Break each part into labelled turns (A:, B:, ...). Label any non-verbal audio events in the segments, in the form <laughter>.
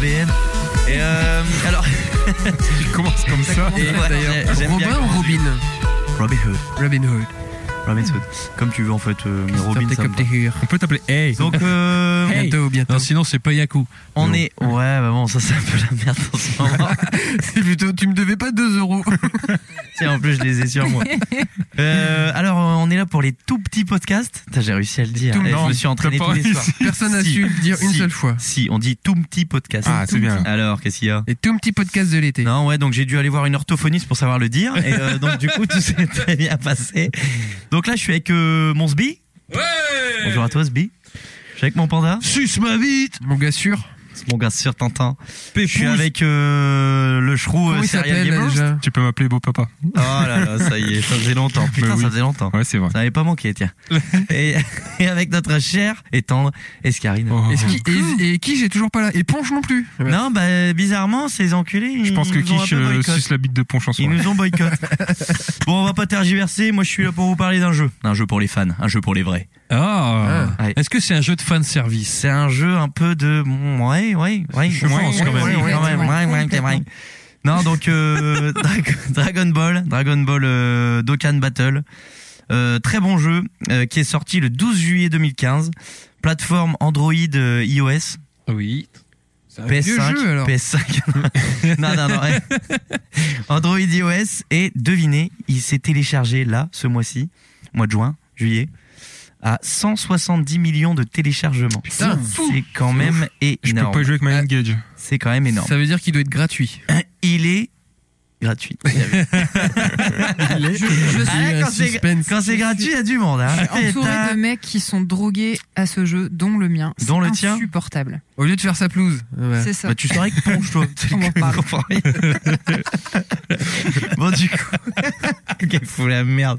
A: BM. Et euh, alors,
B: Il commence comme ça.
A: Et ouais, j'ai- j'aime bien
C: Robin ou Robin
A: quand- <laughs> Robin Hood,
C: Robin Hood.
A: Robin Hood, comme tu veux en fait, euh, mais Robin.
C: Sortez
A: ça me
C: comme
A: va.
C: des hures.
B: On peut t'appeler Hey.
A: Donc euh,
B: Hey.
C: Bientôt, bientôt.
B: Non, sinon, c'est pas Yaku.
A: on
B: Non.
A: est, ouais, bah bon, ça c'est un peu la merde en ce moment.
C: <laughs> C'est plutôt, tu me devais pas 2
B: <laughs>
C: euros.
A: Tiens, en plus je les ai sur moi. Euh, alors, on est là pour les tout petits podcasts. Putain, J'ai réussi à le dire.
C: Tout
A: Eh, je
B: non,
A: me suis entraîné
B: t'as
A: tous
B: pas
A: les
B: réussi.
A: soirs.
C: Personne n'a
A: Si,
C: su le dire une
A: si.
C: seule fois.
A: Si, on dit tout petit podcast.
B: Ah, c'est bien.
A: Alors, qu'est-ce qu'il y a
C: Et tout petit podcast de l'été.
A: Non, ouais, donc j'ai dû aller voir une orthophoniste pour savoir le dire. Et euh, donc, du coup, tout s'est très bien passé. Donc là, je suis avec euh, mon Sbi. Bonjour à toi, Sbi. Je suis avec mon panda.
B: Suce ma vite
C: Mon gars sûr.
A: C'est mon gars sur Tintin. Je suis
B: Pépouze.
A: avec euh, le Shrou
C: Comment
A: euh,
C: il
A: Serial
C: s'appelle là,
A: Gamer.
C: déjà
B: Tu peux m'appeler beau papa.
A: Oh là là, ça y est, ça faisait longtemps. Putain,
B: Mais oui.
A: ça faisait longtemps.
B: Ouais, c'est vrai.
A: Ça m'avait pas manqué, tiens. et, <laughs> et avec notre chère et tendre Escarine.
B: Oh.
C: Est-ce qui- et, et qui j'ai toujours pas là Éponge non plus.
A: Non, bah, bizarrement, ces enculés.
B: Je pense que Kish
A: Kish
B: euh, suce la bite de Ponch en
A: Ils
B: soirée.
A: nous ont boycott.
D: <laughs>
A: bon, on va pas tergiverser. Moi, je suis là pour vous parler d'un jeu. Un jeu pour les fans, un jeu pour les vrais.
D: Ah.
A: Ouais.
D: Est-ce que c'est un jeu de fan service
A: C'est un jeu un peu de. Ouais, ouais, ouais.
B: Je pense, quand même.
A: Ouais, ouais, quand même. Ouais, ouais, c'est vrai. Non, donc euh, <laughs> Drag- Dragon Ball, Dragon Ball euh, Dokkan Battle. Euh, très bon jeu euh, qui est sorti le 12 juillet 2015. Plateforme Android euh, iOS.
B: Ah.
D: Oui.
C: vieux
A: PS5,
C: jeu, alors.
A: PS5. non, non, non. ouais. Android iOS et devinez, il s'est téléchargé là ce mois-ci, mois de juin, juillet, à 170 millions de téléchargements.
C: Putain,
A: c'est quand même
B: Je peux
A: énorme.
B: pas jouer avec ma Engage.
A: C'est quand même énorme.
C: Ça veut dire qu'il doit être
A: <laughs>
C: gratuit.
A: Il est gratuit.
C: Il est- Je
A: Ah,
C: suis
A: quand
C: un
A: c'est-
C: suspense.
A: Quand c'est gratuit, il y a du monde. Hein.
E: <laughs> entouré
A: Pétard.
E: de mecs qui sont drogués à ce jeu, dont le mien.
A: Dont le tien
E: Insupportable.
C: Au lieu de faire sa
A: <laughs>
C: pelouse. Ouais.
E: C'est ça.
A: Bah, tu saurais que ponche,
E: <laughs>
A: toi. Tu
E: On m'en parle.
A: comprends rien. <laughs> bon, du coup. <laughs> Quelle fout la merde.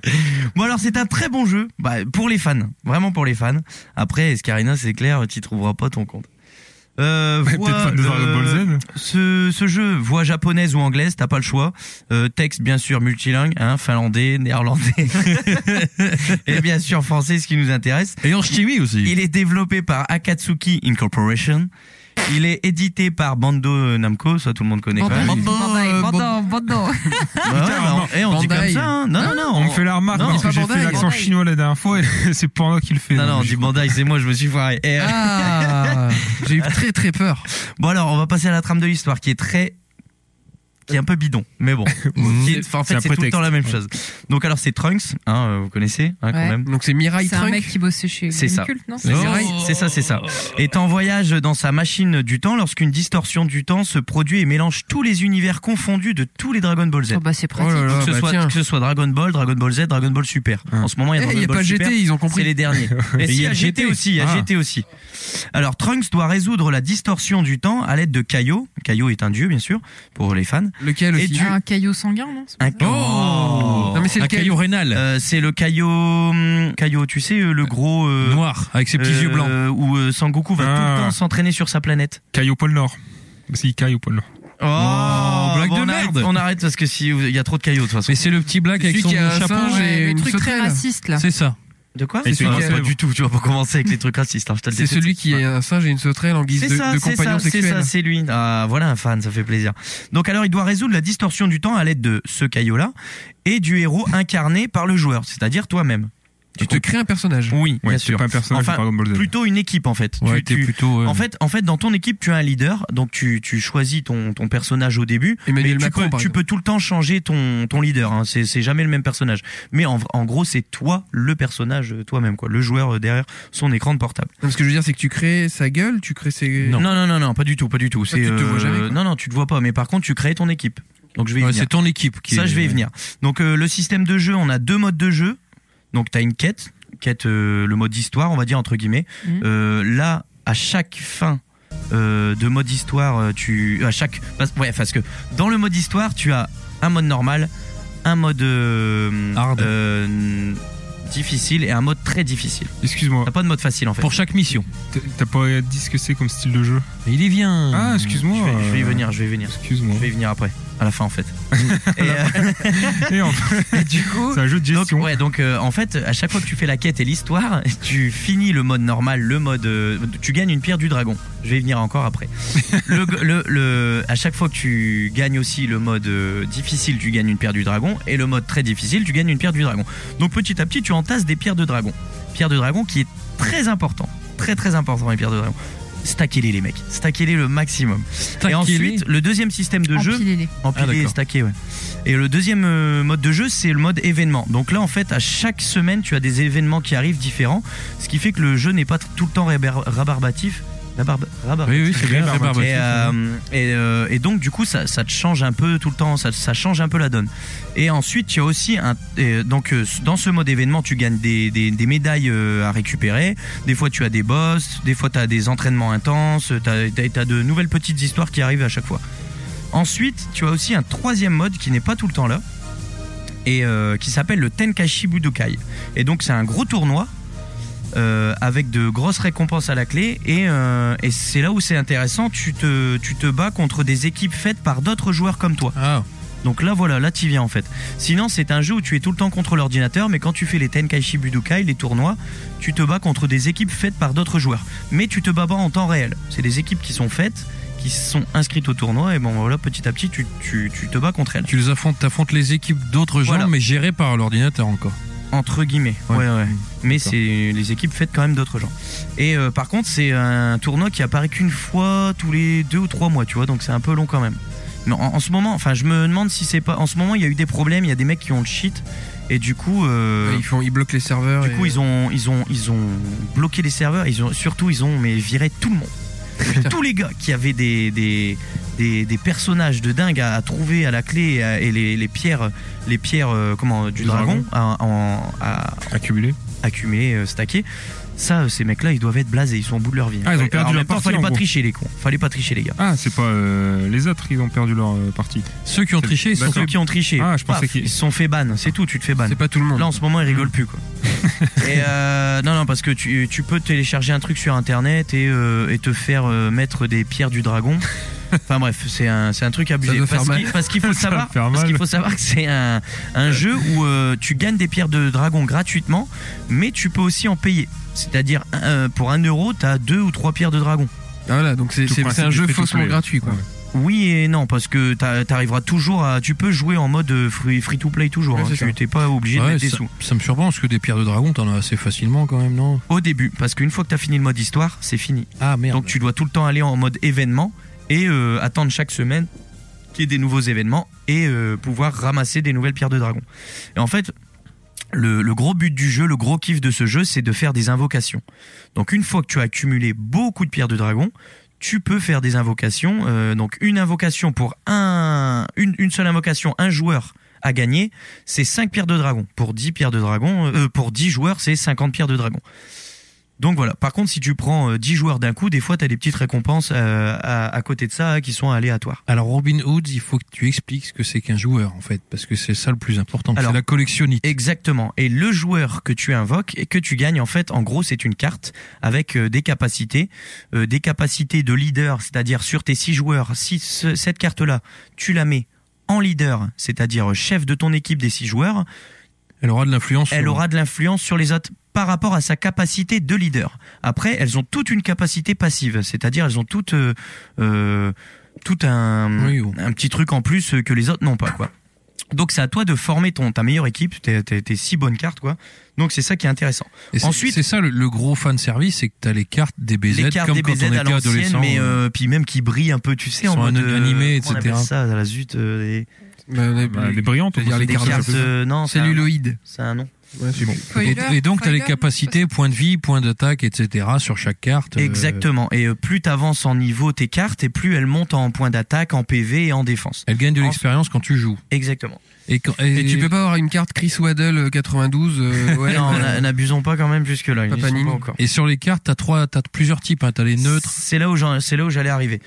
A: Bon, alors, c'est un très bon jeu. Bah, pour les fans. Vraiment pour les fans. Après, Escarina, c'est clair, tu trouveras pas ton compte. Euh,
B: Peut-être
A: voix,
B: fan de Dragon Ball
A: euh,
B: Z.
A: ce, ce jeu, voix japonaise ou anglaise, t'as pas le choix. Euh, texte bien sûr multilingue, hein, finlandais, néerlandais, <laughs> et bien sûr français, ce qui nous intéresse.
D: Et en chimie aussi.
A: Il est développé par Akatsuki Incorporation. Il est édité par Bando Namco, ça tout le monde connaît quand même.
E: Bandai,
C: Bandai,
E: Bandai,
C: euh,
E: Bandai, Bandai.
A: Ouais, bah, on- eh, on dit
C: Bandai.
A: comme ça, hein. Non, non, non.
B: On me fait la remarque
A: non,
B: parce que
C: c'est
B: j'ai
C: pas
B: fait
C: Bandai.
B: l'accent chinois la dernière fois et <laughs> c'est Panda qui le fait.
A: Non, non, on
B: Donc,
A: dit Bandai, c'est moi, je me suis foiré. Eh, euh,
C: Ah, j'ai eu très très peur.
A: Bon, alors, on va passer à la trame de l'histoire qui est très. qui est un peu bidon, mais bon. Qui est- enfin, en
B: <laughs> C'est un
A: fait, c'est tout le
B: prétexte.
A: temps la même chose. Donc, alors, c'est Trunks, hein, euh, vous connaissez, hein, quand
E: Ouais.
A: même.
C: Donc c'est Mirai
E: C'est un mec
C: Trunk.
E: qui bossait chez
A: C'est ça.
E: Gamecult, non
A: C'est ça, c'est ça, c'est ça. Est en voyage dans sa machine du temps lorsqu'une distorsion du temps se produit et mélange tous les univers confondus de tous les Dragon Ball Z.
E: Oh, bah, c'est
C: Oh
E: pratique.
C: là là,
A: que, ce
C: bah
A: soit,
C: tiens.
A: que ce soit Dragon Ball, Dragon Ball Z, Dragon Ball Super.
B: Hein.
A: En ce moment, il y
C: Eh,
A: a Dragon
C: Il n'y a
A: Ball
C: pas
A: Super.
C: GT, ils ont
A: C'est
C: compris.
A: les derniers. Et
B: il
A: si, il
B: y
A: y
B: a
A: a GT
B: GT.
A: aussi, il y a
B: Ah.
A: GT aussi. Alors, Trunks doit résoudre la distorsion du temps à l'aide de Kaio. Kaio est un dieu, bien sûr, pour les fans.
C: Lequel
A: Et
C: aussi
A: tu-
E: Un caillot sanguin, non
A: Un-
D: Oh
C: Non mais c'est
D: Un
C: lequel
D: caillou rénal.
A: Euh, c'est le Kaio, hum, Kaio, tu sais, euh, le gros. euh,
D: Noir, avec ses petits
A: euh,
D: yeux blancs.
A: Où euh, Sangoku va tout le
B: Ah.
A: temps s'entraîner sur sa planète.
B: Caillou Pôle Nord. Si, Caillou Pôle Nord.
D: Oh, blague de
A: on arrête-
D: merde.
A: on arrête parce que si il y a trop de Kaio de toute façon.
D: Mais c'est le petit black avec
C: Celui
D: son
C: qui a un
D: chapeau.
C: singe et
E: Ouais,
C: une
E: Le truc très
C: sauterelle.
E: raciste, là.
D: C'est ça.
A: De quoi
B: Et c'est
A: Non,
B: quoi,
A: c'est pas
B: c'est-
A: du tout. Tu vas pas commencer avec les trucs racistes. hein, je te le
C: C'est
A: déteste.
C: celui qui est un singe et une sauterelle en guise
A: C'est
C: de,
A: ça,
C: de
A: c'est ça,
C: compagnon
A: c'est
C: sexuel.
A: ça, c'est lui. Ah, voilà un fan, ça fait plaisir. Donc alors, il doit résoudre la distorsion du temps à l'aide de ce caillot-là et du héros <laughs> incarné par le joueur, c'est-à-dire toi-même.
C: Tu te crées un personnage.
A: Oui,
B: Ouais,
A: bien
B: c'est
A: sûr.
B: pas un personnage de
A: Enfin,
B: Dragon Ball Z.
A: Plutôt une équipe en fait.
D: Ouais,
A: Tu-
D: t'es
A: tu-
D: plutôt. euh,
A: En fait, en fait, dans ton équipe, tu as un leader, donc tu, tu choisis ton, ton personnage au début.
C: Emmanuel
A: mais tu,
C: Macron,
A: peux,
C: par
A: tu
C: exemple.
A: peux tout le temps changer ton, ton leader. Hein. C'est c'est jamais le même personnage. Mais en, en gros, c'est toi le personnage, euh, toi-même, quoi. Le joueur euh, derrière son écran de portable.
C: Non, Ce que je veux dire, c'est que tu crées sa gueule, tu crées ses.
A: Non, non, non, non, pas du tout, pas du tout. C'est euh,
C: tu te vois jamais, quoi.
A: non, non, tu te vois pas. Mais par contre, tu crées ton équipe. Donc je vais y
D: ouais,
A: venir.
D: c'est ton équipe qui.
A: Ça,
D: est-
A: je vais y venir. Donc euh, le système de jeu, on a deux modes de jeu. Donc tu as une quête, quête euh, le mode histoire, on va dire entre guillemets.
E: Mhm.
A: Euh, là, à chaque fin euh, de mode histoire, euh, tu à chaque parce- ouais parce que dans le mode histoire, tu as un mode normal, un mode euh,
D: Hard.
A: euh, difficile et un mode très difficile.
B: Excuse-moi,
A: T'as pas de mode facile en fait.
D: Pour chaque mission.
B: t'as- t'as pas dit ce que c'est comme style de jeu
D: Mais il y vient.
B: Ah, excuse-moi.
A: je, vais, je vais y venir, je vais y venir, <laughs>
B: Excuse-moi.
A: je vais y venir après. à la fin en fait. Mmh. <laughs> et, euh,
B: Et en fait,
A: et du coup,
B: c'est un jeu de
A: donc,
B: gestion.
A: ouais, donc euh, en fait, à chaque fois que tu fais la quête et l'histoire, <laughs> tu finis le mode normal, le mode. euh, tu gagnes une pierre du dragon. Je vais y venir encore <laughs> après. le, le, le- à chaque fois que tu gagnes aussi le mode euh, difficile, tu gagnes une pierre du dragon. Et le mode très difficile, tu gagnes une pierre du dragon. Donc petit à petit, tu entasses des pierres de dragon. Pierre de dragon qui est très important. Très très important, les pierres de dragon. Stackez-les, les mecs. Stackez-les le maximum. Et ensuite, le deuxième système de jeu.
E: Empilez-les.
A: Empiler
D: Ah,
A: et
D: d'accord.
A: stacker, ouais. Et le deuxième euh, mode de jeu, c'est le mode événement. Donc là, en fait, à chaque semaine, tu as des événements qui arrivent différents, ce qui fait que le jeu n'est pas t- tout le temps rébar- rabarbatif. Rabarb- rabar-
D: Oui, oui, c'est bien.
B: Rébarbatif.
D: rébarbatif.
A: et, euh, et, euh, et donc du coup ça, ça te change un peu tout le temps ça, ça change un peu la donne et ensuite il y a aussi un et, euh, donc euh, dans ce mode événement tu gagnes des, des, des médailles euh, à récupérer des fois tu as des boss des fois tu as des entraînements intenses tu as, de nouvelles petites histoires qui arrivent à chaque fois ensuite tu as aussi un troisième mode qui n'est pas tout le temps là et euh, qui s'appelle le Tenkashi Budokai et donc c'est un gros tournoi euh, avec de grosses récompenses à la clé. Et, euh, et c'est là où c'est intéressant, tu te, tu te bats contre des équipes faites par d'autres joueurs comme toi.
C: Ah,
A: Donc là voilà, là t'y viens en fait. Sinon c'est un jeu où tu es tout le temps contre l'ordinateur, mais quand tu fais les Tenkaichi Budokai, les tournois, tu te bats contre des équipes faites par d'autres joueurs. Mais tu te bats pas en temps réel. C'est des équipes qui sont faites, qui sont inscrites au tournoi, et bon voilà, petit à petit tu, tu, tu te bats contre elles.
D: Tu les affrontes, t'affrontes les équipes d'autres gens,
A: Voilà.
D: mais gérées par l'ordinateur encore.
A: Entre guillemets. Ouais,
D: Ouais.
A: ouais. Mais
D: D'accord.
A: c'est les équipes faites quand même d'autres gens. Et euh, par contre, c'est un tournoi qui apparaît qu'une fois tous les deux ou trois mois, tu vois. Donc c'est un peu long quand même. Mais en, en ce moment, enfin, je me demande si c'est pas. En ce moment, il y a eu des problèmes. Il y a des mecs qui ont le shit. Et du coup, euh,
C: ils, font, ils bloquent les serveurs.
A: du
C: et-
A: coup, ils ont, ils ont, ils ont bloqué les serveurs. Ils ont, surtout, ils ont mais viré tout le monde. Tous les gars qui avaient des, des, des, des personnages de dingue à, à trouver à la clé et, à- et les, les pierres, les pierres euh, comment, du
B: Du
A: dragon,
B: dragon.
A: à- en- à-
B: Accumulé.
A: accumulés, euh, stackés. Ça, euh, ces mecs-là, ils doivent être blasés, ils sont au bout de leur vie.
B: Ah, ils ont perdu
A: Alors, en
B: la
A: même temps,
B: partie,
A: Fallait
B: en
A: pas
B: gros.
A: tricher, les cons. Fallait pas tricher, les gars.
B: Ah, c'est pas euh, les autres, ils ont perdu leur euh, partie.
D: Ceux qui ont
B: C'est-
D: triché, ils sont
B: D'accord.
A: Ceux qui ont triché,
B: Ah, je
A: paf,
B: pensais qu'ils-
A: ils se sont fait ban. C'est tout, tu te fais ban.
C: C'est pas tout le monde.
A: Là, en ce moment, ils rigolent plus,
B: <laughs>
A: quoi. et euh, non, non, parce que tu, tu peux télécharger un truc sur internet et, euh, et te faire euh, mettre des pierres du
B: <laughs>
A: dragon. Enfin bref, c'est un, c'est un truc abusé.
C: doit faire
A: Parce
C: mal.
A: qu'il- parce qu'il
B: <laughs>
A: faut, le
B: Ça
A: savoir-
B: va faire
A: parce
B: mal.
A: qu'il faut savoir que c'est un, un jeu où euh, tu gagnes des pierres de dragon gratuitement, mais tu peux aussi en payer. C'est-à-dire, euh, pour un euro, tu as deux ou trois pierres de dragon.
C: Ah, voilà, donc c'est c'est-
B: Tout
C: c'est
B: principe
C: un
B: du
C: jeu
B: free-to-play.
C: faussement gratuit, quoi.
B: Ouais.
A: Oui et non, parce que t'a- t'arriveras toujours à. Tu peux jouer en mode euh, free, free to play toujours.
C: Ouais,
A: hein.
C: c'est
A: tu
C: ça.
A: t'es pas obligé de
D: Ouais,
A: mettre des
D: ça,
A: sous.
D: ça me surprend parce que des pierres de dragon, t'en as assez facilement quand même, non
A: Au début, parce qu'une fois que t'as fini le mode histoire, c'est fini.
D: Ah merde.
A: Donc tu dois tout le temps aller en mode événement et euh, attendre chaque semaine qu'il y ait des nouveaux événements et euh, pouvoir ramasser des nouvelles pierres de dragon. Et en fait, le, le gros but du jeu, le gros kiff de ce jeu, c'est de faire des invocations. Donc une fois que tu as accumulé beaucoup de pierres de dragon, tu peux faire des invocations. Euh, donc une invocation pour un, une, une seule invocation, un joueur à gagner, c'est 5 pierres de dragon. Pour 10 pierres de dragon, euh, pour 10 joueurs, c'est 50 pierres de dragon. Donc voilà. Par contre, si tu prends euh, 10 joueurs d'un coup, des fois, tu as des petites récompenses euh, à, à côté de ça hein, qui sont aléatoires.
D: Alors Robin Hood, il faut que tu expliques ce que c'est qu'un joueur en fait, parce que c'est ça le plus important.
A: Alors-
D: C'est la collectionnite.
A: Exactement. Et le joueur que tu invoques et que tu gagnes, en fait, en gros, c'est une carte avec euh, des capacités, euh, des capacités de leader, c'est-à-dire sur tes 6 joueurs, si ce- cette carte-là, tu la mets en leader, c'est-à-dire euh, chef de ton équipe des 6 joueurs,
D: Elle aura de l'influence.
A: elle
D: sur-
A: aura de l'influence sur les autres par rapport à sa capacité de leader. Après, elles ont toute une capacité passive, c'est-à-dire elles ont toutes euh, euh, tout un
D: Oui, bon.
A: un petit truc en plus euh, que les autres n'ont pas quoi. Donc c'est à toi de former ton ta meilleure équipe, tes tes- tes six bonnes cartes quoi. Donc c'est ça qui est intéressant.
D: Et c'est-
A: Ensuite-
D: c'est ça le, le gros fan service, c'est que t'as les cartes DBZ
A: les cartes
D: comme
A: des
D: quand on
A: BZ à
D: était
A: l'ancienne,
D: adolescent.
A: mais euh, puis même qui brillent un peu, tu sais,
D: Ils
A: en
D: sont
A: mode euh,
D: an- animés,
A: comment on
D: etc.
A: appelle ça à la zut euh, des,
C: Bah, on a-
B: Bah, les brillantes,
C: C'est-à-dire
B: on
C: les
A: des
B: peut-
C: cartes,
A: cartes, euh, non, c'est un,
C: Celluloïde.
A: c'est un nom.
C: Ouais, c'est bon.
D: Et, et donc t'as les capacités, points de vie, points d'attaque, etc. sur chaque carte. euh,
A: Exactement. Et euh, plus t'avances en niveau tes cartes et plus elles montent en points d'attaque, en PV et en défense.
D: Elle gagne de
A: En-
D: l'expérience quand tu joues.
A: Exactement.
D: Et, quand,
C: Et tu peux pas avoir une carte Chris Waddle euh, 92
D: <laughs>
C: euh, ouais,
A: non,
C: euh,
A: n'a- n'abusons pas quand même jusque là.
C: Pas Panini.
D: Et sur les cartes, t'as trois, t'as plusieurs types. Hein. T'as
A: <laughs>
D: les neutres.
A: C'est là où j'en- c'est là où j'allais arriver.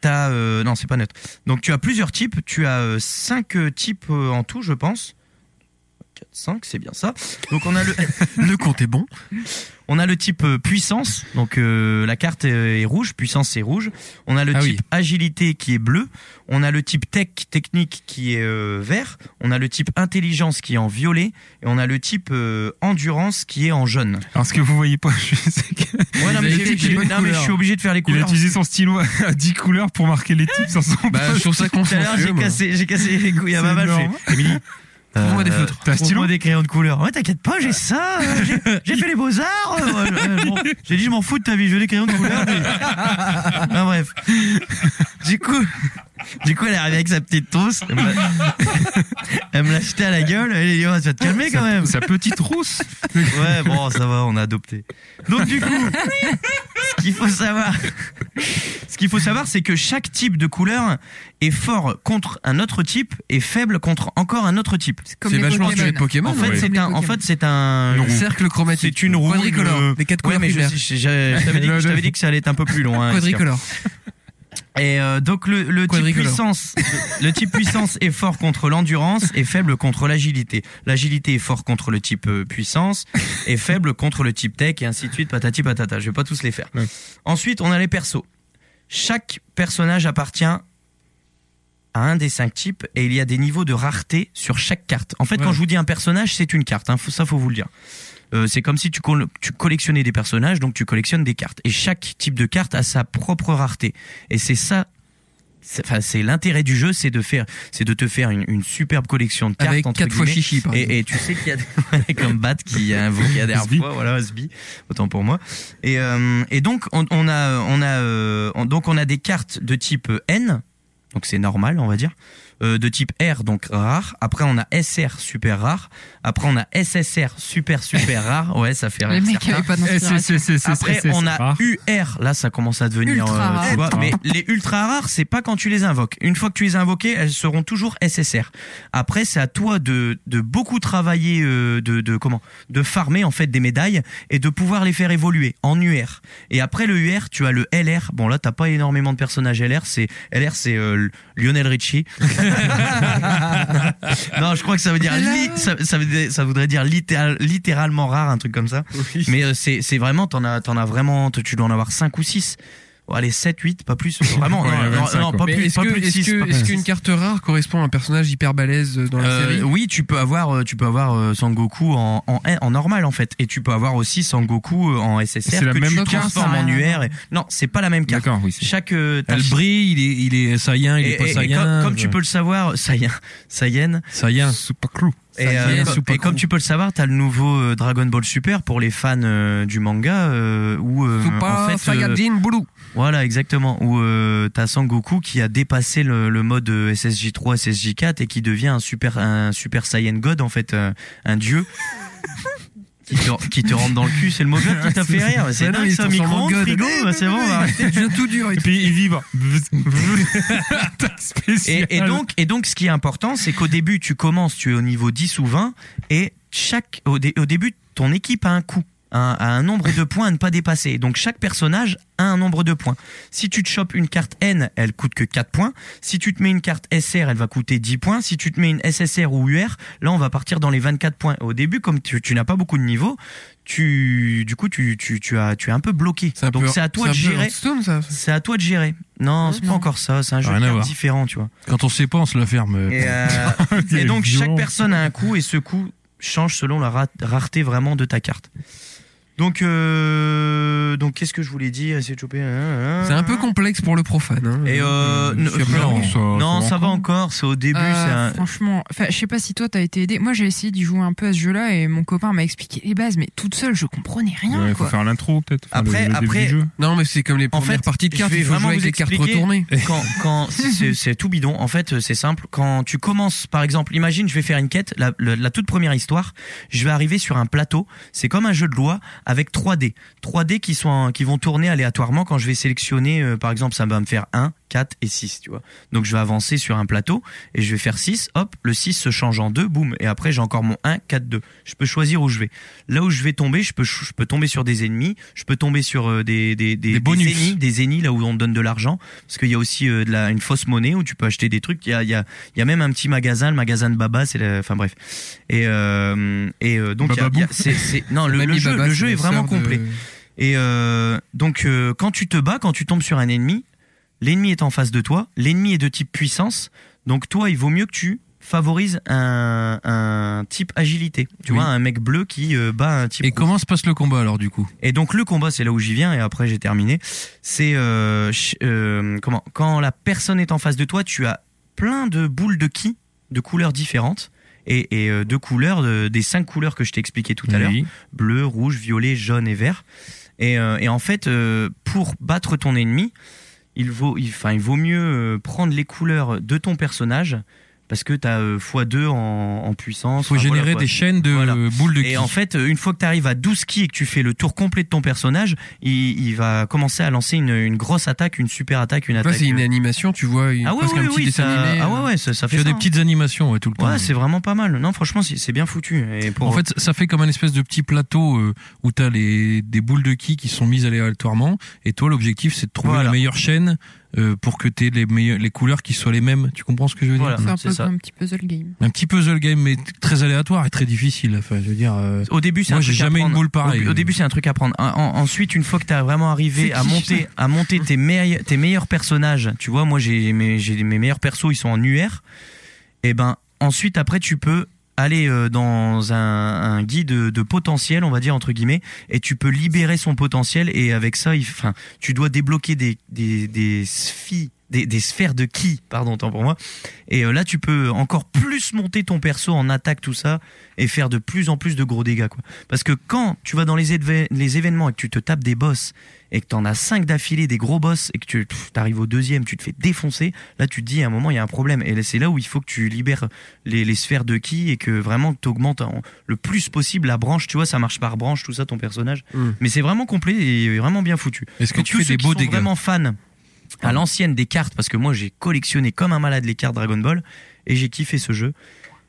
A: T'as euh, non, c'est pas neutre. Donc tu as plusieurs types. Tu as euh, cinq euh, types euh, en tout, je pense. 4, 5, c'est bien ça. Donc on a le,
D: <laughs> Le compte est bon.
A: on a le type euh, puissance, donc euh, la carte est, est rouge, puissance c'est rouge. On a le
D: Ah
A: type agilité qui est bleu. On a le type tech technique qui est euh, vert. On a le type intelligence qui est en violet et on a le type euh, endurance qui est en
D: <laughs>
A: jaune.
B: Alors ce que vous voyez pas, <laughs> je sais que
A: Ouais, non, mais,
C: avez
A: j'ai-
C: dit
A: j'ai-
C: bonnes
A: non, mais je
C: couleurs.
A: suis obligé de faire les
B: il a
A: couleurs.
B: utilisé son stylo à <laughs> 10 couleurs pour marquer les types sur son <laughs>
C: Bah, je trouve ça
A: Tout à l'heure,
C: consensueux.
A: j'ai
C: moi.
A: cassé, j'ai cassé les couilles à
B: C'est
A: ma balle.
B: énorme.
A: j'ai fait, Émilie,
C: Trouve-moi des
A: euh,
C: feutres.
B: T'as un
A: trouve-moi
B: stylo
A: des crayons de couleur. Ouais, t'inquiète pas, j'ai ça. euh,
B: <laughs>
A: j'ai- J'ai fait les beaux-arts. euh, ouais, euh, bon, j'ai dit, je m'en fous de ta vie, je veux des crayons de couleur.
B: <laughs>
A: mais- Enfin, bref. Du coup, du coup, elle est arrivée avec sa petite trousse. Elle me l'a- <laughs> Elle me l'a jeté à la gueule. Elle a dit, oh, tu vas te calmer quand même.
B: Sa petite rousse.
A: Ouais, bon, ça va, on a adopté. Donc du coup, ce qu'il faut savoir, ce qu'il faut savoir, c'est que chaque type de couleur est fort contre un autre type et faible contre encore un autre type.
E: C'est comme
C: C'est
E: les
C: vachement
E: Pokémon.
C: inspiré de Pokémon.
A: En fait,
C: ouais.
A: c'est
E: Comme
A: un,
E: les
A: en
E: Pokémon.
A: fait, c'est un.
C: cercle chromatique.
A: C'est une roue,
C: Quadricolore.
A: une-
C: Les quatre
A: Ouais,
C: couleurs
A: mais je,
C: primaires.
A: je- je- je t'avais dit, je t'avais dit que ça allait être un peu plus hein, loin.
C: Quadricolore.
A: Et euh, donc le, le type
C: Quadricolore.
A: puissance, le type puissance est fort contre l'endurance et faible contre l'agilité. L'agilité est fort contre le type euh, puissance et faible contre le type tech et ainsi de suite. Patati patata. Je vais pas tous les faire.
B: Ouais.
A: Ensuite, on a les persos. Chaque personnage appartient à un des cinq types et il y a des niveaux de rareté sur chaque carte. En fait,
D: Ouais.
A: quand je vous dis un personnage, c'est une carte. Hein, faut, ça, faut vous le dire. Euh, c'est comme si tu, col- tu collectionnais des personnages, donc tu collectionnes des cartes. Et chaque type de carte a sa propre rareté. Et c'est ça. c'est- Enfin, c'est l'intérêt du jeu, c'est de faire, c'est de te faire une, une superbe collection de cartes
C: Avec
A: entre
C: 4 fois
A: guillemets.
C: chichi, par exemple.
A: Et, et tu sais qu'il y a des- <laughs> comme Bat qui a invoqué la dernière
B: Sbi.
A: fois, voilà Sbi, autant pour moi. Et, euh, et donc on, on a on a euh, on- donc on a des cartes de type euh, N, donc c'est normal on va dire, euh, de type R donc rare. Après on a SR super rare. Après on a SSR super super rare. Ouais
C: <laughs>
A: ça fait
E: Les
A: rire.
E: mecs
A: certains.
E: avaient pas
B: Eh, c'est-
E: d'inspiration.
B: c'est- c'est- c'est-
A: Après
B: c'est-
A: on
B: c'est
A: a
B: <laughs> rare.
A: UR. Là ça commence à devenir
E: Ultra
A: euh, tu
E: rare.
A: vois, mais les ultra rares c'est pas quand tu les invoques. Une fois que tu les as invoquées elles seront toujours SSR. Après, c'est à toi de, de beaucoup travailler, euh, de, de comment, de farmer en fait des médailles et de pouvoir les faire évoluer en UR. Et après le UR, tu as le LR. Bon là, t'as pas énormément de personnages LR. C'est LR, c'est euh, Lionel Richie. <laughs> non, je crois que ça veut dire li- ça, ça, veut dire- ça voudrait dire littéral- littéralement rare, un truc comme ça. Mais euh, c'est c'est vraiment, t'en as, t'en as vraiment, tu dois en avoir 5 ou 6 Allez, 7, 8, pas plus. Vraiment,
B: Ouais,
A: non, non,
B: 25,
A: non,
B: quoi.
A: pas
C: Mais
A: plus,
C: est-ce
A: pas
C: que-
A: plus de
C: est-ce
A: 6.
C: que- est-ce qu'une carte rare correspond à un personnage hyper balèze dans la
A: Euh,
C: série
A: oui, tu peux avoir, euh, tu peux avoir euh, Sangoku en, en, en normal en fait, et tu peux avoir aussi Sangoku euh, en SSR
B: C'est la
A: que
B: même
A: tu
B: carte,
A: transformes
E: ça,
A: en
E: ouais.
A: UR. et- Non, c'est pas la même carte.
B: D'accord, oui. c'est-
A: Chaque euh, t'as
D: Elle
A: ch-
D: brille, il est, il est saïen, il
A: et-
D: est pas euh.
A: et- et
D: saïen.
A: comme, comme tu peux le savoir, <laughs> Saiyan, Saiyan,
D: Saïen.
B: C'est pas clou.
A: et,
D: Saiyan,
A: euh,
D: Super
A: et comme
D: Crew.
A: tu peux le savoir, t'as le nouveau euh, Dragon Ball Super pour les fans euh, du manga euh, où euh, en
C: Super
A: fait, euh,
C: Saiyajin Blue. <laughs>
A: Voilà, exactement. Où euh, t'as Sangoku qui a dépassé le, le mode euh, SSJ3, SSJ4 et qui devient un super, un super Saiyan God, en fait, euh,
C: <laughs>
A: un dieu. qui, te, qui te rentre dans le cul, c'est le mot God qui t'a fait rire. C'est
C: Bah non,
A: dingue,
C: il
A: ça,
C: transforme en
A: micro,
C: God.
A: frigo, bah, c'est bon, on va
C: <laughs>
A: arrêter.
C: Il devient tout dur.
B: Et puis il vibre. <laughs> Attaque spéciale.
A: Et, et donc, et donc, ce qui est important, c'est qu'au début, tu commences, tu es au niveau 10 ou 20, et chaque, au, dé- au début, ton équipe a un coup, un- a un nombre de points à ne pas dépasser. Donc, chaque personnage a un nombre de points. Si tu te chopes une carte N, elle coûte que 4 points. Si tu te mets une carte SR, elle va coûter 10 points. Si tu te mets une SSR ou UR, là, on va partir dans les 24 points. Au début, comme tu, tu n'as pas beaucoup de niveaux, tu, du coup, tu, tu, tu as, tu es un peu bloqué.
C: C'est un
A: Donc,
C: peu-
A: c'est à toi
C: c'est
A: de
C: un peu
A: gérer.
C: Hearthstone, ça.
A: C'est à toi de gérer. Non, c'est pas encore ça. C'est un jeu
D: Rien à
A: de cartes
D: voir.
A: différent, tu vois.
D: Quand on sait pas, on se la ferme.
A: Et,
C: <laughs>
A: euh, et donc chaque personne a un coup et ce coup change selon la ra- rareté vraiment de ta carte. Donc, euh, donc qu'est-ce que je voulais dire Essayer de choper. hein, hein.
C: C'est un peu complexe pour le
B: Ah
C: profane. hein.
A: Et euh,
B: Je
A: n-
B: sais pas,
A: non,
B: non, ça-
C: Oh,
A: non,
B: ça
A: ça va encore. C'est au début.
E: Euh,
A: c'est un-
E: Franchement, enfin, je sais pas si toi t'as été aidé. Moi j'ai essayé d'y jouer un peu à ce jeu-là et mon copain m'a expliqué les bases, mais toute seule je comprenais rien
B: Ouais, faut
E: quoi.
B: faire l'intro peut-être. Enfin,
A: Après-
B: le- le début
A: après-
B: du jeu.
C: Non, mais c'est comme les
A: En
C: premières
A: fait,
C: parties de
A: je
C: cartes.
A: vais
C: Il faut jouer
A: vraiment
C: avec
A: vous
C: des cartes
A: expliquer.
C: retournées.
A: quand, quand c'est c'est tout bidon. En fait, c'est simple. Quand tu commences, par exemple, imagine, je vais faire une quête, la, le- la toute première histoire, je vais arriver sur un plateau. C'est comme un jeu de loi avec 3 dés, 3 dés qui sont qui vont tourner aléatoirement. Quand je vais sélectionner, euh, par exemple, ça va me faire 1, 4 et 6, tu vois. Donc je vais avancer sur un plateau et je vais faire 6, hop, le 6 se change en 2, boum, et après j'ai encore mon 1, 4, 2. Je peux choisir où je vais. Là où je vais tomber, je peux, je peux tomber sur des ennemis, je peux tomber sur euh, des, des, des,
D: Des bonus.
A: ennemis, des ennemis là où on te donne de l'argent, parce qu'il y a aussi euh, de la, une fausse monnaie où tu peux acheter des trucs. Il y a, il y, a, il y a même un petit magasin, le magasin de Baba, c'est la- enfin bref. Et, euh, et euh, donc, il y a- il y a- c'est- c'est- non, le,
C: Mamie
A: le jeu,
C: Baba,
A: le
C: c'est
A: jeu est
C: la sœur
A: vraiment
C: de-
A: complet. Et euh, donc, euh, quand tu te bats, quand tu tombes sur un ennemi, l'ennemi est en face de toi, l'ennemi est de type puissance, donc toi, il vaut mieux que tu favorises un, un type agilité. Tu
D: Oui.
A: vois, un mec bleu qui euh, bat un type
D: Et
A: rouge.
D: comment se passe le combat alors du coup
A: Et donc le combat, c'est là où j'y viens et après j'ai terminé. C'est euh, ch- euh, comment quand la personne est en face de toi, tu as plein de boules de ki de couleurs différentes et, et, euh, de couleurs de- des cinq couleurs que je t'ai expliqué tout à l'heure
D: Oui.
A: bleu, rouge, violet, jaune et vert. Et, euh, et en fait, euh, pour battre ton ennemi, il vaut, il, enfin, il vaut mieux euh, prendre les couleurs de ton personnage parce que tu as x2 en, en puissance.
D: Faut
A: Enfin,
D: générer
A: voilà, quoi.
D: des chaînes de
A: Voilà.
D: boules de
A: Et
D: ki.
A: en fait, euh, une fois que tu arrives à 12 ki et que tu fais le tour complet de ton personnage, il, il va commencer à lancer une, une grosse attaque, une super attaque, une
C: Là,
A: attaque. euh,
C: c'est une animation, tu vois, il
A: ah ouais,
C: presque
A: ouais,
C: un petit
A: oui,
C: dessin
A: ça,
C: animé. euh.
A: ah ouais, ouais, ça, ça fait
D: euh, tu as
A: ça,
D: des
A: hein.
D: petites animations ouais, tout le temps.
A: Ouais, c'est vraiment pas mal. Non, franchement, c'est c'est bien foutu. Et pour...
D: En fait, ça fait comme un espèce de petit plateau euh, où t'as les des boules de ki qui sont mises aléatoirement. Et toi, l'objectif, c'est de trouver
A: Voilà.
D: la meilleure chaîne euh, pour que t'aies les meilleures les couleurs qui soient les mêmes. Tu comprends ce que je veux dire
A: Voilà.
E: C'est un
A: c'est
E: peu
A: ça.
E: comme un petit puzzle game.
D: Un petit puzzle game, mais t- très aléatoire et très difficile. Enfin, je veux dire. euh,
A: au début, c'est
D: Moi,
A: un
D: j'ai
A: truc à
D: jamais une
A: prendre.
D: boule pareille.
A: Au, au début, c'est un truc à prendre. En- en- ensuite, une fois que t'as vraiment arrivé
D: C'est
A: à
D: qui,
A: monter, à monter tes, meille- tes meilleurs personnages, tu vois, moi, j'ai mes, j'ai mes meilleurs persos, ils sont en UR. Et ben, ensuite, après, tu peux aller euh, dans un, un guide de, de potentiel, on va dire entre guillemets, et tu peux libérer son potentiel. Et avec ça, il, enfin, tu dois débloquer des des des sphi- des, des sphères de ki, pardon, tant pour moi. Et euh, là, tu peux encore plus monter ton perso en attaque, tout ça, et faire de plus en plus de gros dégâts, quoi. Parce que quand tu vas dans les, éve- les événements et que tu te tapes des boss et que t'en as cinq d'affilée des gros boss et que tu pff, t'arrives au deuxième, tu te fais défoncer, là tu te dis à un moment il y a un problème et là, c'est là où il faut que tu libères les, les sphères de ki et que vraiment t'augmentes en- le plus possible la branche, tu vois, ça marche par branche tout ça ton personnage.
C: Mm.
A: Mais c'est vraiment complet et vraiment bien foutu.
D: Est-ce que
A: Donc,
D: tu
A: tous
D: fais
A: ceux
D: des
A: qui
D: beaux
A: sont
D: dégâts
A: vraiment fan à l'ancienne des cartes parce que moi j'ai collectionné comme un malade les cartes Dragon Ball et j'ai kiffé ce jeu.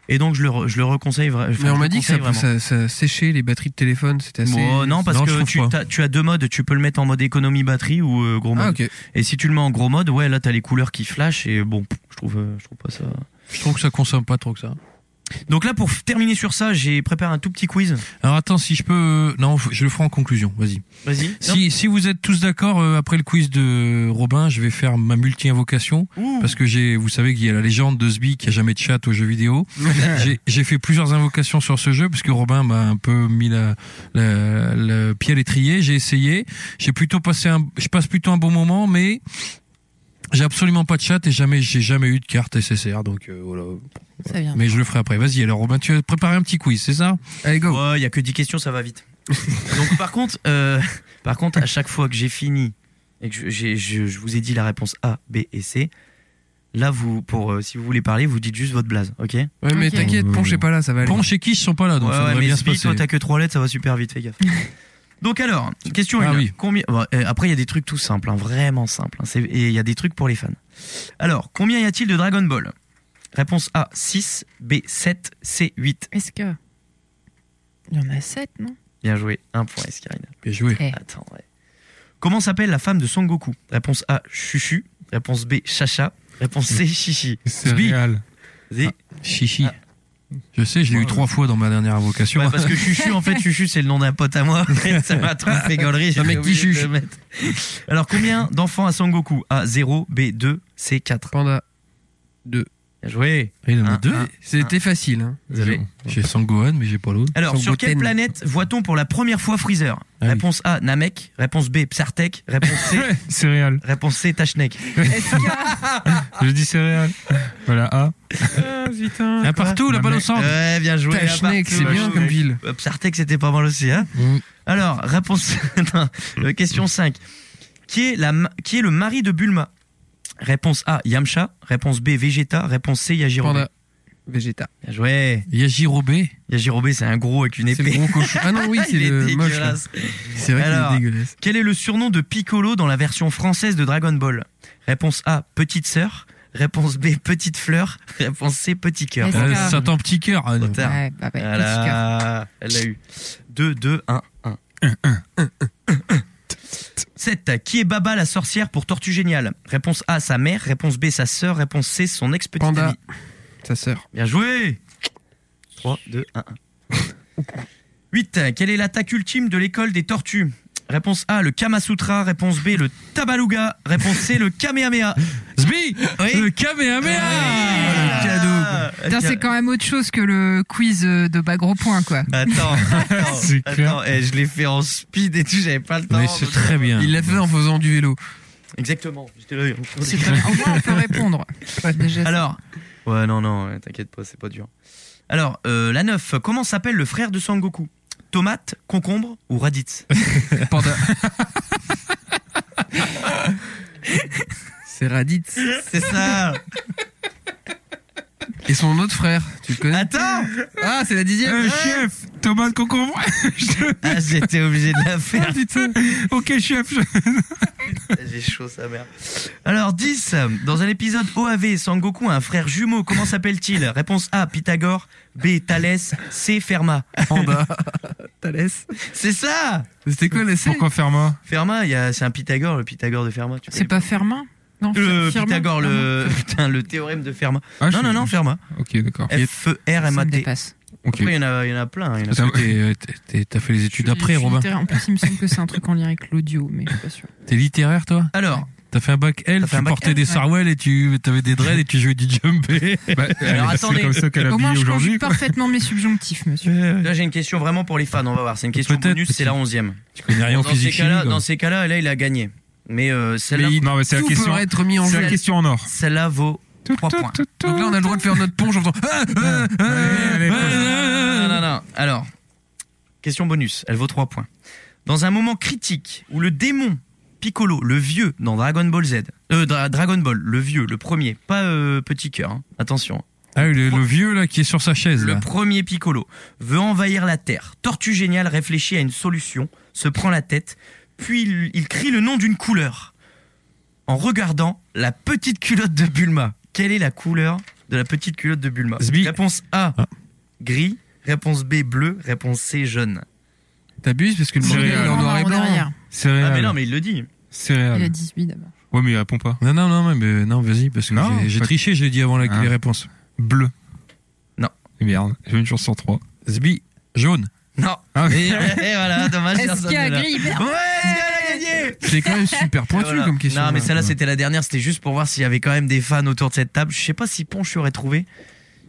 A: Et donc je le, re- je le reconseille vra- enfin, je
C: Mais on
A: le
C: m'a dit que
A: conseille
C: ça, ça,
A: vraiment.
C: ça séchait les batteries de téléphone, c'était assez.
A: Bon, non, parce
D: non, je
A: que
D: trouve
A: tu,
D: pas.
A: t'as- tu as deux modes. Tu peux le mettre en mode économie batterie ou euh, gros mode.
C: Ah, ok.
A: Et si tu le mets en gros mode, ouais, là, t'as les couleurs qui flashent et bon, pff, je trouve, euh, je trouve pas ça.
D: Je trouve que ça consomme pas trop que ça.
A: Donc là, pour f- terminer sur ça, j'ai préparé un tout petit quiz.
D: Alors attends, si je peux, euh, non, faut- je le ferai en conclusion. Vas-y.
A: Vas-y.
D: Si, si vous êtes tous d'accord, euh, après le quiz de Robin, je vais faire ma multi-invocation.
A: Ouh.
D: Parce que j'ai, vous savez qu'il y a la légende de Zbi qui a jamais de chat aux jeux vidéo.
A: <laughs>
D: J'ai- J'ai fait plusieurs invocations sur ce jeu parce que Robin m'a un peu mis la, la- le pied à l'étrier. J'ai essayé. J'ai plutôt passé un, je passe plutôt un bon moment, mais j'ai absolument pas de chat et jamais, j'ai jamais eu de carte SSR. Donc euh, voilà.
E: Ça vient.
D: Mais je le ferai après. Vas-y. Alors Robin, tu as préparé un petit quiz, c'est ça
C: Allez, go.
A: Ouais, il y a que 10 questions, ça va vite. <laughs> Donc par contre, euh, par contre, à chaque fois que j'ai fini et que je- j'ai- je, je vous ai dit la réponse A, B et C, là, vous, pour, euh, si vous voulez parler, vous dites juste votre blaze, ok Ouais,
C: Ouais, mais
E: Ok.
C: t'inquiète, ponchez pas là, ça va aller.
D: Ponche et Quiche sont pas là, donc ça
A: ouais,
D: devrait
A: mais
D: bien se
A: Spi,
D: passer.
A: toi, t'as que 3 lettres, ça va super vite, fais gaffe. <laughs> Donc alors, question
D: Ah
A: 1.
D: oui.
A: Combien... bon, euh, après, il y a des trucs tout simples, hein, vraiment simples. hein, c'est- et il y a des trucs pour les fans. Alors, combien y a-t-il de Dragon Ball Réponse A, 6, B, 7, C, 8.
E: Est-ce que. Il y en a 7, non
A: Bien joué, 1 point, Escarina.
D: Bien joué.
A: Attends, ouais. Comment s'appelle la femme de Son Goku Réponse A, Chuchu. Réponse B, Chacha. Réponse C, Chichi.
B: C'est
D: Sbi.
B: réel.
A: Z-
D: Chichi. Je sais, je l'ai eu trois fois dans ma dernière invocation.
A: Ah.
D: <laughs>
A: Ouais, parce que Chuchu, en fait, Chuchu, c'est le nom d'un pote à moi. <laughs> Ça m'a trop fait gaulerie. j'ai
D: Un mec
A: oublié
D: qui
A: de le
D: chuche.
A: mettre. Alors, combien d'enfants a Son Goku A, 0, B, 2, C, 4.
C: Panda.
A: Bien joué.
D: Il y en a
A: Un,
D: deux.
A: un.
C: C'était facile, hein.
A: Ah. Vous avez-
D: J'ai Sangohan, mais j'ai pas l'autre.
A: Alors,
C: Son
A: sur quelle
C: Goten.
A: planète voit-on pour la première fois Freezer
D: Ah oui.
A: Réponse A, Namek. Réponse B, Psartek. Réponse C,
B: C'est réel.
A: réponse C Tachnek.
B: Je dis c'est réel. Voilà, A.
D: Un partout, la
B: Ma
D: balle au
B: mère-
D: centre.
A: Ouais, bien joué.
C: Putain, Schneck, c'est
A: Partout.
C: bien comme ville.
A: Euh, Psartek, c'était pas mal aussi, hein
D: Mm.
A: Alors, réponse. <laughs> non, euh, question 5. Qui est, la, ma- qui est le mari de Bulma Réponse A, Yamcha. Réponse B, Vegeta. Réponse C, Yajirobe.
C: Panda. Vegeta.
A: Bien joué.
D: Yajirobé.
A: Yajirobé, c'est un gros avec une
C: C'est le
A: épée.
C: gros cochon. Ah
A: <laughs>
C: non, oui, c'est
A: Il est
C: le moche. là.
A: dégueulasse.
C: C'est vrai
A: Alors.
C: qu'il est dégueulasse.
A: Quel est le surnom de Piccolo dans la version française de Dragon Ball Réponse A, petite sœur. Réponse B, petite fleur. Réponse C, petit cœur.
E: Yes.
D: Euh,
E: D'accord.
D: Satan petit cœur. Ah, non.
A: Tard.
E: Ouais, bah, bah, petit cœur.
A: Voilà. Elle l'a eu. 2, 2, 1, 1. 7. Qui est Baba la sorcière pour Tortue Géniale Réponse A, sa mère. Réponse B, sa sœur. Réponse C, son ex-petite
C: Panda.
A: amie.
C: Sa sœur.
A: Bien joué 3, 2, 1, 1. 8. Quelle est l'attaque ultime de l'école des tortues Réponse A, le Kamasutra. Réponse B, le Tabaluga. Réponse C, le Kamehameha.
D: Sbi Le Kamehameha
A: Ah, le cadeau.
E: Putain, c'est quand même autre chose que le quiz euh, de bas gros point, quoi.
A: Bah,
D: <laughs>
A: Attends, attends,
D: C'est clair.
A: attends, eh, je l'ai fait en speed et tout, j'avais pas le temps.
D: Mais c'est très bien.
C: Il l'a fait en faisant du vélo.
A: Exactement, j'étais là.
E: C'est très bien. Au moins, on peut répondre. Déjà, ça-
A: Alors, ouais, non, non, ouais, t'inquiète pas, c'est pas dur. Alors, euh, la 9, comment s'appelle le frère de Sangoku Tomate, concombre ou
D: <laughs>
A: raditz
C: Panda. C'est Raditz.
A: C'est ça
C: Et son autre frère, tu le connais
A: Attends
D: <laughs>
C: Ah, c'est la dixième
B: Euh, chef, tomate concombre.
A: Ah, j'étais obligé de la <laughs> faire.
B: ok, chef. je-
A: J'ai chaud, sa mère. Alors, 10, dans un épisode OAV, Sangoku a un frère jumeau, comment s'appelle-t-il Réponse A, Pythagore. B, Thalès. C, Fermat.
C: Panda. Thalès.
A: C'est ça
C: <laughs> C'était quoi la scène
B: Pourquoi Ferma
A: Fermat, il y a- c'est un Pythagore, le Pythagore de Fermat. tu
E: c'est
A: connais
E: pas Fermin Non,
A: le
E: Firmin,
A: Euh, Pythagore,
E: Firmin.
A: le, <laughs> putain, le théorème de Fermat.
B: Ah,
A: Non,
B: je-
A: non, non, Fermat. E
B: Ok, d'accord.
E: Ça me
A: F-E-R-M-A-T.
E: dépasse.
B: Ok.
A: Après, il y en a, il y en a plein. il y en a-
D: Parce que t'es, euh, t'es- t'es- T'as fait les études après,
E: Je suis
D: Robin.
E: littéraire. En plus, il me semble que c'est un truc en lien avec l'audio, mais je suis pas sûr.
D: T'es littéraire, toi
A: Alors,
D: T'as fait un bac L,
A: T'as fait
D: tu
A: un bac
D: portais
A: L,
D: des
E: ouais.
D: Sarwell et tu avais des dreads et tu jouais du
C: <laughs>
D: jumpé.
B: Bah,
A: Alors,
B: elle-
A: attendez.
B: C'est comme ça qu'elle
E: Au moins,
B: habille
E: je
B: aujourd'hui.
E: conjugue
B: quoi.
E: parfaitement mes subjonctifs, monsieur.
A: là, j'ai une question vraiment pour les fans. On va voir. C'est une question
D: Peut-être,
A: bonus. C'est la onzième.
D: Tu connais rien en
A: Dans ces
D: physique euh.
A: cas-là,
D: chimie,
A: dans
D: quoi.
A: ces cas-là, là, il a gagné. Mais euh, celle-là,
B: Mais il- Non, mais c'est la
C: Tout
B: question.
C: peut être mis en
B: C'est
C: jeu.
B: la question en or.
A: celle-là vaut. Trois points.
C: Donc là, on a le droit de faire notre ponche en faisant. Ah, ah, ah.
B: Allez,
A: Non, non,
B: allez,
A: non, non. Alors, question bonus. Elle vaut 3 points. Dans un moment critique où le démon Piccolo, le vieux dans Dragon Ball Z, euh, Dra- Dragon Ball, le vieux, le premier, pas euh, petit cœur. hein. Attention.
D: Ah, oui, le, le vieux là qui est sur sa chaise.
A: Le
D: Là.
A: premier Piccolo veut envahir la Terre. Tortue Géniale réfléchit à une solution, se prend la tête, puis il, il crie le nom d'une couleur. En regardant la petite culotte de Bulma. Quelle est la couleur de la petite culotte de Bulma
D: Sbi.
A: Réponse A,
D: Ah.
A: gris. Réponse B, bleu. Réponse C, jaune.
C: T'abuses parce que le
B: C'est
C: manga il est
B: réel.
C: en noir et blanc. hein. Ah.
E: derrière.
A: Ah mais
B: Céréales.
A: non, mais il le dit.
E: Il a
B: Céréales.
E: 18 d'abord.
B: Ouais, mais il répond pas.
D: Non, non, non, mais- mais non, vas-y, parce que
B: Non,
D: j'ai- j'ai
B: pas-
D: triché, j'ai dit avant la,
B: Ah.
D: les réponses.
B: Bleu.
A: Non.
B: Et Eh Merde, j'ai une chance sur trois.
D: Sbi, jaune.
A: Non.
B: Ah,
A: Et, et voilà, dommage.
E: <laughs> Est-ce
A: personne
E: qu'il y a
A: ne l'a.
E: gris
A: Ouais, elle a gagné
C: C'est quand même super
A: <laughs> Et
C: pointu
A: voilà.
C: comme question. hein.
A: Non, mais
C: là.
A: celle-là, c'était la dernière. C'était juste pour voir s'il y avait quand même des fans autour de cette table. Je sais pas si Ponche aurait trouvé.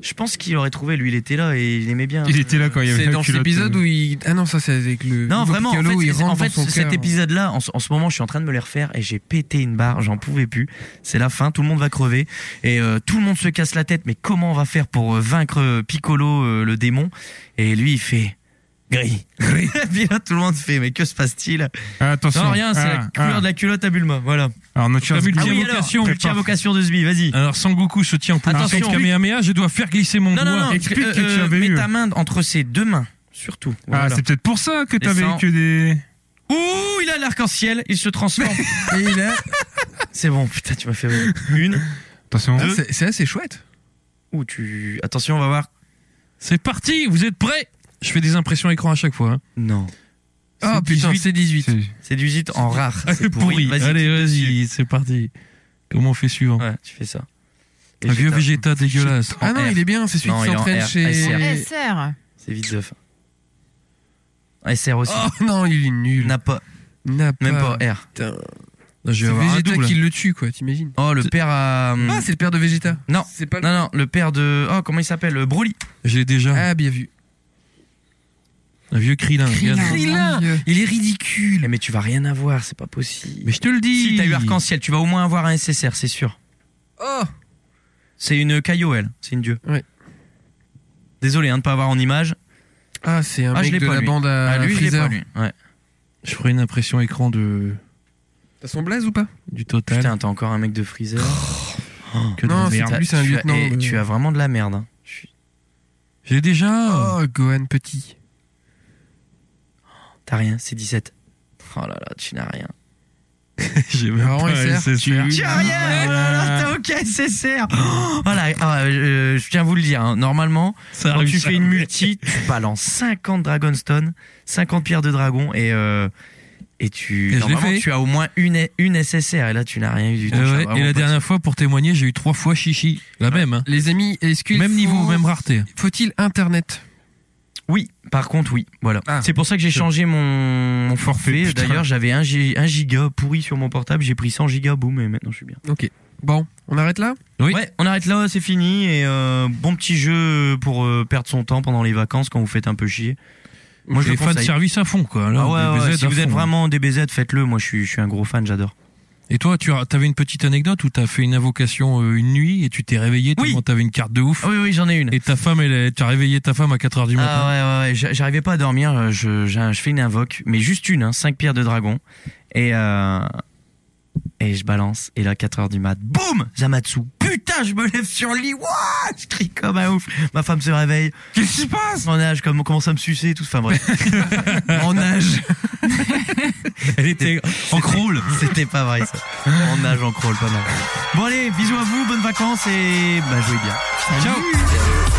A: Je pense qu'il aurait trouvé. Lui, il était là et il aimait bien.
B: Il était là quand il y avait
C: C'est
B: la
C: dans cet
B: culotte,
C: épisode
B: euh,
C: où il. Ah non, ça c'est avec le.
A: Non,
C: Ivo
A: vraiment.
C: Piccolo,
A: en fait,
C: il
A: c'est-
C: rentre
A: en fait,
C: dans son
A: cet
C: cœur.
A: épisode-là, en, ce- en ce moment, je suis en train de me les refaire et j'ai pété une barre. J'en pouvais plus. C'est la fin. Tout le monde va crever et euh, tout le monde se casse la tête. Mais comment on va faire pour euh, vaincre euh, Piccolo, euh, le démon Et lui, il fait gris. Gris. <laughs> et puis là, tout le monde fait. Mais que se passe-t-il
B: Ah, attention.
A: Non, rien. C'est la
B: Ah,
A: couleur
B: ah.
A: de la culotte à Bulma. Voilà.
B: Alors, notre
D: Ah
B: chance.
D: oui,
A: Ah
D: Tiens,
A: oui,
D: vocation,
A: alors. Tiens,
B: prépare.
A: vocation de Zbi. Vas-y.
D: Alors, Sangoku se tient en plein
A: Attention.
D: centre Kamehameha, je dois faire glisser mon
A: Non,
D: doigt.
A: non, non,
B: explique
A: euh,
B: que tu
A: euh,
B: avais
A: mets
B: eu.
A: ta main entre ses deux mains, surtout.
B: Ah,
A: Voilà.
B: c'est peut-être pour ça que t'avais
A: Descends.
B: que des.
A: Ouh, il a l'arc-en-ciel, il se transforme.
C: Et il a-
A: c'est bon, putain, tu m'as fait rire. une.
B: Attention.
C: Ah, c'est- C'est assez chouette.
A: Ouh, tu. Attention, on va voir.
D: C'est parti, vous êtes prêts Je fais des impressions à écran à chaque fois. hein.
A: Non,
C: Ah putain,
D: 18.
C: c'est 18.
B: C'est-
A: c'est du zit en
D: <laughs>
A: rare. C'est pourri.
D: Pourri.
A: Vas-y,
D: Allez,
A: tu-
D: vas-y, c'est parti. Comment on fait suivant
A: Ouais, tu fais ça.
D: Un vieux
A: Vegeta,
D: Vegeta dégueulasse.
C: Ah non,
A: R.
C: il est bien, c'est celui
A: Non,
C: qui
A: il est en
C: s'entraîne
A: R.
C: chez.
E: SR.
A: C'est vite the fin. Ah, SR aussi.
C: Oh non, il est nul.
A: N'a pas,
C: N'a
A: même pas R.
C: Putain.
D: Non, je
C: C'est
D: vais avoir un
C: Vegeta
D: double.
C: qui le tue, quoi, t'imagines
A: Oh, le père à.
C: Ah, c'est le père de Vegeta.
A: Non.
C: C'est pas le.
A: Non, non, le père de. Oh, comment il s'appelle Euh, Broly.
D: Je l'ai déjà.
C: Ah, bien vu.
D: Un vieux Krillin. regarde.
E: mon Dieu.
C: Il est ridicule.
A: Eh, Mais tu vas rien avoir, c'est pas possible.
D: Mais je te le dis.
A: Si t'as eu arc-en-ciel, tu vas au moins avoir un SSR, c'est sûr.
C: Oh
A: C'est une Caillou, elle. C'est une dieu.
C: Ouais.
A: Désolé hein, de ne pas avoir en image.
C: Ah, c'est un
A: Ah, je
C: mec
A: l'ai
C: de
A: pas,
C: la
A: lui.
C: bande à
A: Ah, lui, je l'ai pas,
C: Euh, Freezer.
A: lui. Ouais.
D: Je ferai une impression écran de
C: T'as son blaze ou pas
D: du total.
A: Putain, t'as encore un mec de Freezer. Oh,
D: que de
C: non,
D: la
C: c'est
D: merde.
C: lui, Oh. c'est un
A: tu, as,
C: lieutenant,
A: eh,
C: euh.
A: tu as vraiment de la merde. hein. Je suis
D: J'ai déjà.
C: Oh, Gohan petit.
A: T'as rien, c'est 17. Oh là là, tu n'as rien.
D: <laughs> J'ai même
C: Vraiment,
D: pas
C: il sert.
D: SSR.
A: Tu as rien Oh là
C: Ah.
A: là, t'as aucun SSR Oh, Voilà, ah, euh, je tiens à vous le dire, hein, normalement,
D: Ça
A: quand
D: arrive
A: tu fais une
D: jamais.
A: multi,
D: <laughs>
A: tu balances 50 Dragonstone, 50 pierres de dragon et euh, et
D: Et
A: tu
D: je l'ai
A: normalement
D: fait.
A: tu as au moins une une SSR et là tu n'as rien eu du tout.
D: Euh,
A: Je
D: ouais,
A: suis vraiment
D: et la
A: pas-
D: dernière fois, pour témoigner, j'ai eu trois fois chichi. La même, hein.
C: Les amis, est-ce qu'il
D: Même
C: faut-
D: niveau, même rareté.
C: Faut-il Internet
A: Oui, par contre oui, voilà.
C: Ah.
A: c'est pour ça que j'ai
D: Je-
A: changé mon, mon
D: forfait,
A: forfait.
D: putain.
A: D'ailleurs, j'avais 1 giga pourri sur mon portable, j'ai pris 100 gigas, boum et maintenant je suis bien.
C: Ok. Bon, on arrête là
D: Oui.
A: Ouais, on arrête là, c'est fini et euh, bon petit jeu pour euh, perdre son temps pendant les vacances quand vous faites un peu chier.
D: Moi, je
A: le
D: les fans de
A: conseille.
D: service à fond, quoi.
A: Ah
D: Là,
A: ouais, ouais,
D: DBZ
A: si
D: à
A: vous êtes
D: fond. hein.
A: vraiment DBZ, faites-le. Moi, je suis, je suis un gros fan, j'adore.
D: Et toi, tu as, t'avais une petite anecdote où t'as fait une invocation euh, une nuit et tu t'es réveillé, tout
A: Oui.
D: le monde t'avait une carte de ouf.
A: Ah oui, oui, j'en ai une.
D: Et ta femme, elle, est- tu as réveillé ta femme à 4h du matin.
A: Ah ouais, ouais, ouais. j'a- J'arrivais pas à dormir. euh, Je, j'ai- je fais une invoque, mais juste une, hein, 5 pierres de dragon. Et, euh, et je balance. Et là, 4 heures du mat, boum Zamatsu. Putain, je me lève sur le lit. Wouah je crie comme un ouf. Ma femme se réveille. Qu'est-ce qui se passe On nage, comme, on commence à me sucer et tout. Enfin
D: <laughs>
A: bref. on nage.
D: Elle était en crawl.
A: C'était pas vrai ça. On nage en crawl, pas mal. Bon allez, bisous à vous, bonnes vacances et bah jouez bien.
D: Ciao.
E: Salut.